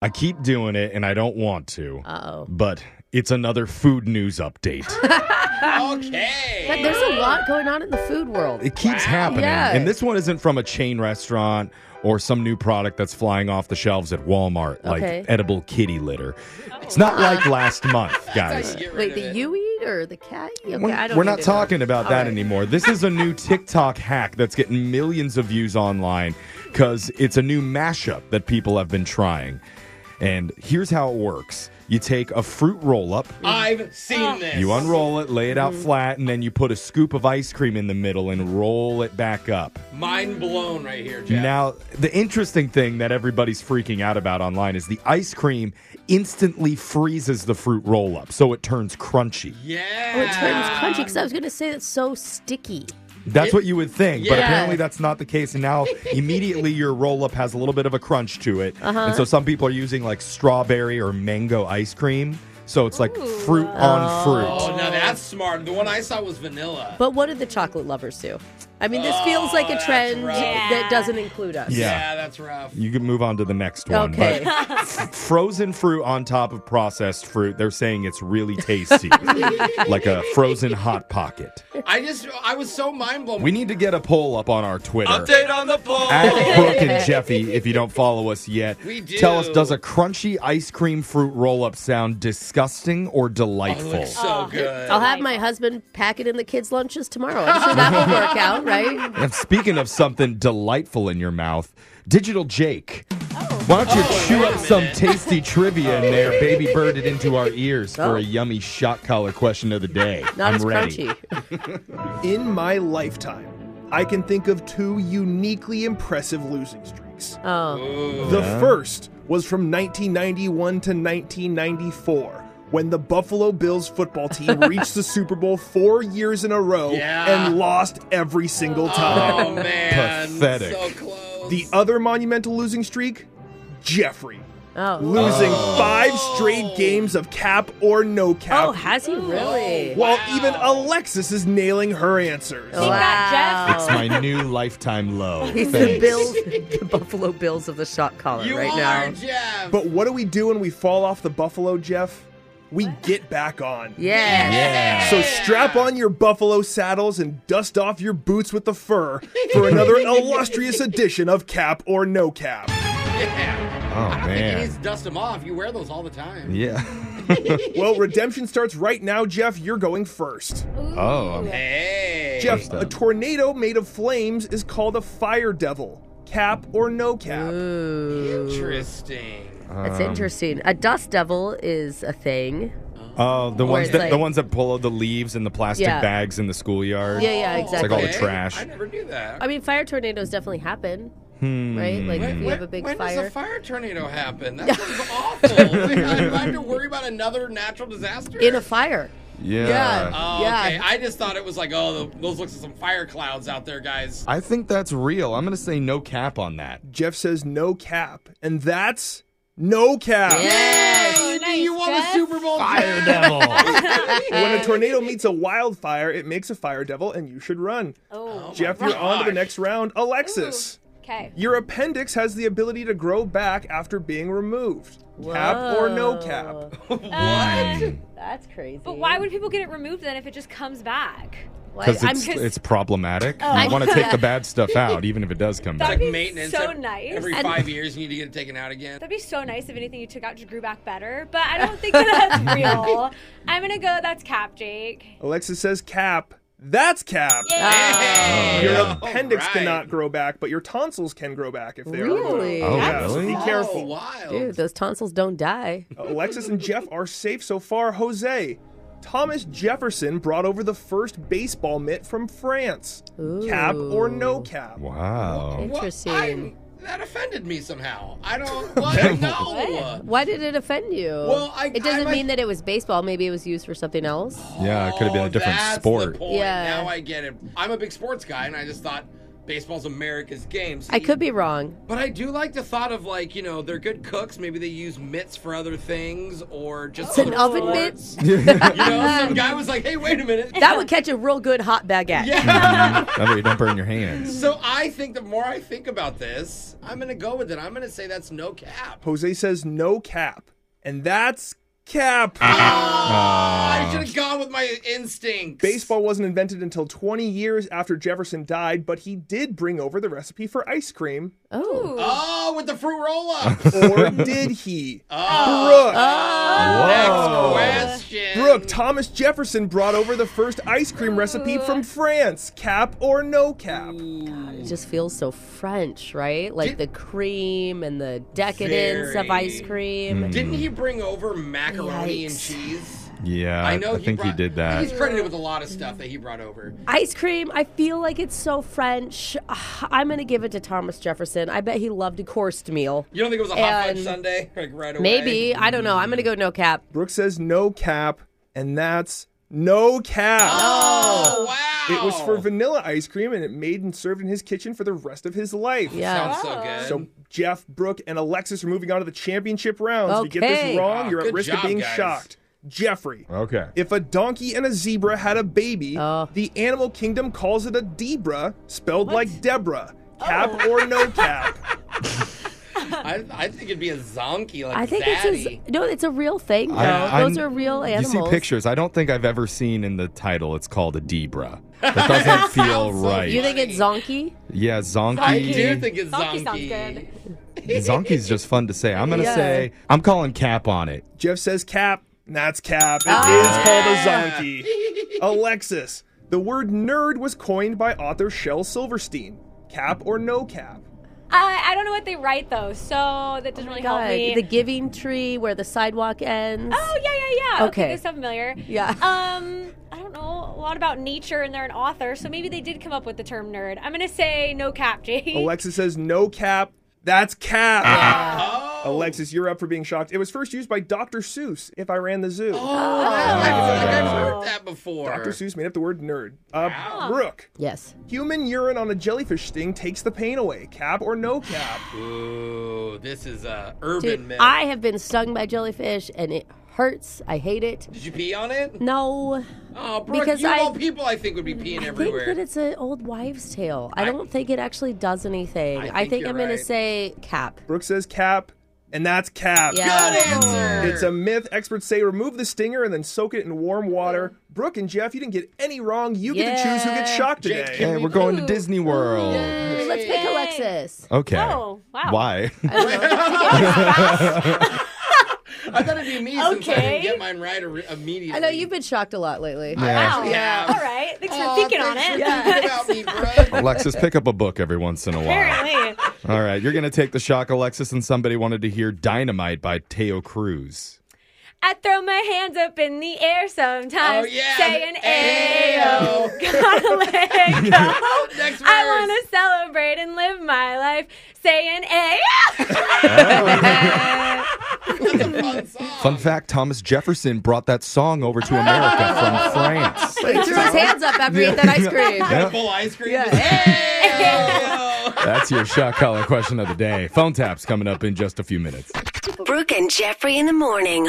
I keep doing it and I don't want to, Uh oh. but it's another food news update. Okay. But there's a lot going on in the food world. It keeps happening. Yeah. And this one isn't from a chain restaurant or some new product that's flying off the shelves at Walmart, like Okay. edible kitty litter. It's not like last month, guys. Get rid Wait, of the it. you eat or the cat? Okay, We're, I don't we're need not to know. talking about that anymore. This is a new TikTok hack that's getting millions of views online because it's a new mashup that people have been trying. And here's how it works you take a fruit roll up, I've Oh. seen this. you unroll it, lay it Mm-hmm. out flat, and then you put a scoop of ice cream in the middle and roll it back up. Mind blown right here, Jeff. Now, the interesting thing that everybody's freaking out about online is the ice cream instantly freezes the fruit roll up, so it turns crunchy. yeah. Oh, it turns crunchy because I was going to say that's so sticky. That's what you would think, but Yeah. apparently that's not the case. And now, immediately, your roll up has a little bit of a crunch to it. Uh-huh. And so, some people are using like strawberry or mango ice cream. So it's like fruit on Oh, fruit. now that's smart. The one I saw was vanilla. But what do the chocolate lovers do? I mean, this feels like a that's trend rough. that doesn't include us. Yeah. that's rough. You can move on to the next one. Okay. But f- frozen fruit on top of processed fruit, they're saying it's really tasty, like a frozen hot pocket. I just, I was so mind blown. We need to get a poll up on our Twitter. on the poll. Oh, At Brooke and Jeffy, if you don't follow us yet, We do. tell us does a crunchy ice cream fruit roll up sound disgusting or Oh, It delightful? looks so good. I'll have my husband pack it in the kids' lunches tomorrow. I'm sure that will work out, right? and speaking of something delightful in your mouth, Digital Jake. Why Oh. don't you chew up some tasty trivia in there, baby bird it into our ears for a yummy shot collar question of the day? Oh. Not I'm as ready. crunchy. In my lifetime, I can think of two uniquely impressive losing streaks. Oh, The first was from 1991 to 1994. When the Buffalo Bills football team reached the Super Bowl four years in a row Yeah. and lost every single time. Oh, man. Pathetic. So close. The other monumental losing streak? Jeffrey. oh, Losing five straight games of cap or no cap. oh! Has he really? while even Alexis is nailing her answers. Wow. It's my new lifetime low. He's the Thanks. Bills, the Buffalo Bills of the shot collar you right are, now. Jeff. But what do we do when we fall off the buffalo, Jeff? We get back on. Yeah. Yeah. So strap on your buffalo saddles and dust off your boots with the fur for another illustrious edition of Cap or No Cap. Yeah. Oh I think you need man. to dust them off. You wear those all the time. Yeah. Well, redemption starts right now, Jeff. You're going first. Oh. I'm- Hey. Jeff, a up. tornado made of flames is called a fire devil. Cap or no cap? Uh. Interesting. That's interesting. A dust devil is a thing. Oh, the ones it's that the like- ones that pull out the leaves and the plastic Yeah. bags in the schoolyard. Yeah, yeah, It's exactly. like all the Oh, Okay. trash. I never knew that. I mean, fire tornadoes definitely happen, right? Like if you have a big when fire. does a fire tornado happen? That sounds awful. I'm going to worry about another natural disaster. in a fire. Yeah. Yeah. Oh, yeah. okay. I just thought it was like, oh, th- those looks like some fire clouds out there, guys. I think that's real. I'm gonna say no cap on that. Jeff says no cap, and that's no cap. Hey, you won the Super Bowl. Jeff. devil. When a tornado meets a wildfire, it makes a fire devil, and you should run. Oh, Jeff, you're on to the next round. Alexis, okay. your appendix has the ability to grow back after being removed. Cap or no cap? What? That's crazy. Um, But why would people get it removed then if it just comes back? Because I'm it's, just, it's problematic. you want to take the bad stuff out, even if it does come It's back. That'd like be maintenance. so every, nice. Every And- five years, you need to get it taken out again. That'd be so nice if anything you took out just grew back better, but I don't think that that's real. I'm gonna go. That's cap, Jake. Alexis says cap. That's cap. Oh, Hey, Your all appendix right. cannot grow back, but your tonsils can grow back if they are. really? Oh, Yeah, so really? Be Oh, careful. wild. Dude, those tonsils don't die. Alexis and Jeff are safe so far. Jose, Thomas Jefferson brought over the first baseball mitt from France. Cap or no cap? Wow. What? Interesting. I'm- that offended me somehow. I don't. What? no. Why did it offend you? Oh, uh, Well, I- it doesn't I- mean that it was baseball. Maybe it was used for something else. Yeah, it Uh, could have been Oh, a different that's the sport. point. Yeah. Now I get it. I'm a big sports guy, and I just thought baseball's America's game. so I you- could be wrong. But I do like the thought of like you know they're good cooks. Maybe they use mitts for other things or just It's an other oven mitt. sports. You know, some guy was like, "Hey, wait a minute." That would catch a real good hot baguette. yeah. Mm-hmm. that way you don't burn your hands. So I think the more I think about this, I'm gonna go with it. I'm gonna say that's no cap. Jose says no cap, and that's cap. Ah. Ah. I should have gone with my instincts. Baseball wasn't invented until 20 years after Jefferson died, but he did bring over the recipe for ice cream. Oh. Ooh. Oh, with the fruit roll-ups. Or did he? Brooke. Whoa. Oh. Ah. Next question. Brooke, Thomas Jefferson brought over the first ice cream recipe from France. Cap or no cap? It just feels so French, right? Like the cream and the decadence of Very. ice cream. Didn't Hmm. he bring over macaroni and Yikes. cheese? Yeah, I, I think he brought- did He's that. credited with a lot of stuff that he brought over. Ice cream, I feel like it's so French. Ah, I'm going to give it to Thomas Jefferson. I bet he loved a coursed meal. You don't think it was a hot fudge And- Sunday, like right away? Maybe. I don't know. I'm going to go no cap. Brooke says no cap, and that's no cap. Oh wow! It was for vanilla ice cream, and it made and served in his kitchen for the rest of his life. Yeah. Sounds so good. So Jeff, Brooke, and Alexis are moving on to the championship rounds. If you get Okay. this wrong, Wow, you're at good risk of job, being guys. shocked. Jeffrey. Okay. If a donkey and a zebra had a baby, Oh. the animal kingdom calls it a debra, spelled like Deborah. Cap Oh. or no cap? I, I think it'd be a zonkey like I think it's Zaddy. a, no, it's a real thing. though. I- Those I'm- are real animals. You see pictures. I don't think I've ever seen in the title. It's called a Debra. That doesn't feel Sounds so right. You think it's zonky? yeah, I Zonky. do think it's zonkey. Zonkey sounds good. Zonky's just fun to say. I'm gonna Yeah. say I'm calling cap on it. Jeff says cap. and That's cap. It is Ah. called a zonkey. Alexis. The word nerd was coined by author Shel Silverstein. Cap or no cap? Uh, I, I don't know what they write though, so that Oh doesn't really help God, me. the giving tree where the sidewalk ends. oh yeah, yeah, yeah. Okay, Okay. this sounds familiar. Yeah. Um, I don't know a lot about nature, and they're an author, so maybe they did come up with the term nerd. I'm gonna say no cap, Jake. Alexis says no cap. That's cap. Oh, Alexis, you're up for being shocked. It was first used by Dr. Seuss if I ran the zoo. Oh. I feel like I've Oh. heard that before. Dr. Seuss made up the word nerd. Uh, Brooke, Yes. human urine on a jellyfish sting takes the pain away. Cap or no cap? Ooh, this is a urban Dude, myth. I have been stung by jellyfish and it hurts. I hate it. Did you pee on it? No, Oh, Brooke, Because you of I- all people, I think would be peeing I think everywhere. that it's an old wives' tale. I, don't think it actually does anything. I think, think I'm you're gonna right. say cap. Brooke says cap, and that's cap. Yeah. Good answer. It's a myth. Experts say remove the stinger and then soak it in warm water. Brooke and Jeff, you didn't get any wrong. You get to choose who gets Yeah. shocked Jake, today. Hey, we're going to Disney World. Let's pick Yay. Alexis. Okay. Oh, wow. Why? I thought it'd be me since I didn't Okay. get mine right or- immediately. I know you've been shocked a lot lately. Wow. Yeah. All right. Thanks for Aw, thinking on thanks it. for thinking about me, Brooke. Alexis, pick up a book every once in a while. Apparently. All right, you're going to take the shock, Alexis, and somebody wanted to hear Dynamite by Teo Cruz. I throw my hands up in the air Oh sometimes. yeah. Saying ayo. Ayo. Gotta let go. Next verse. I want to celebrate and live my life. Saying ayo. That's a fun song. Oh. Fun fact Thomas Jefferson brought that song over to America from France. He threw his hands up after he ate that ice cream. Yep, Full ice cream. Yeah. Ayo. that's your shock collar question of the day. Phone taps coming up in just a few minutes. Brooke and Jeffrey in the morning.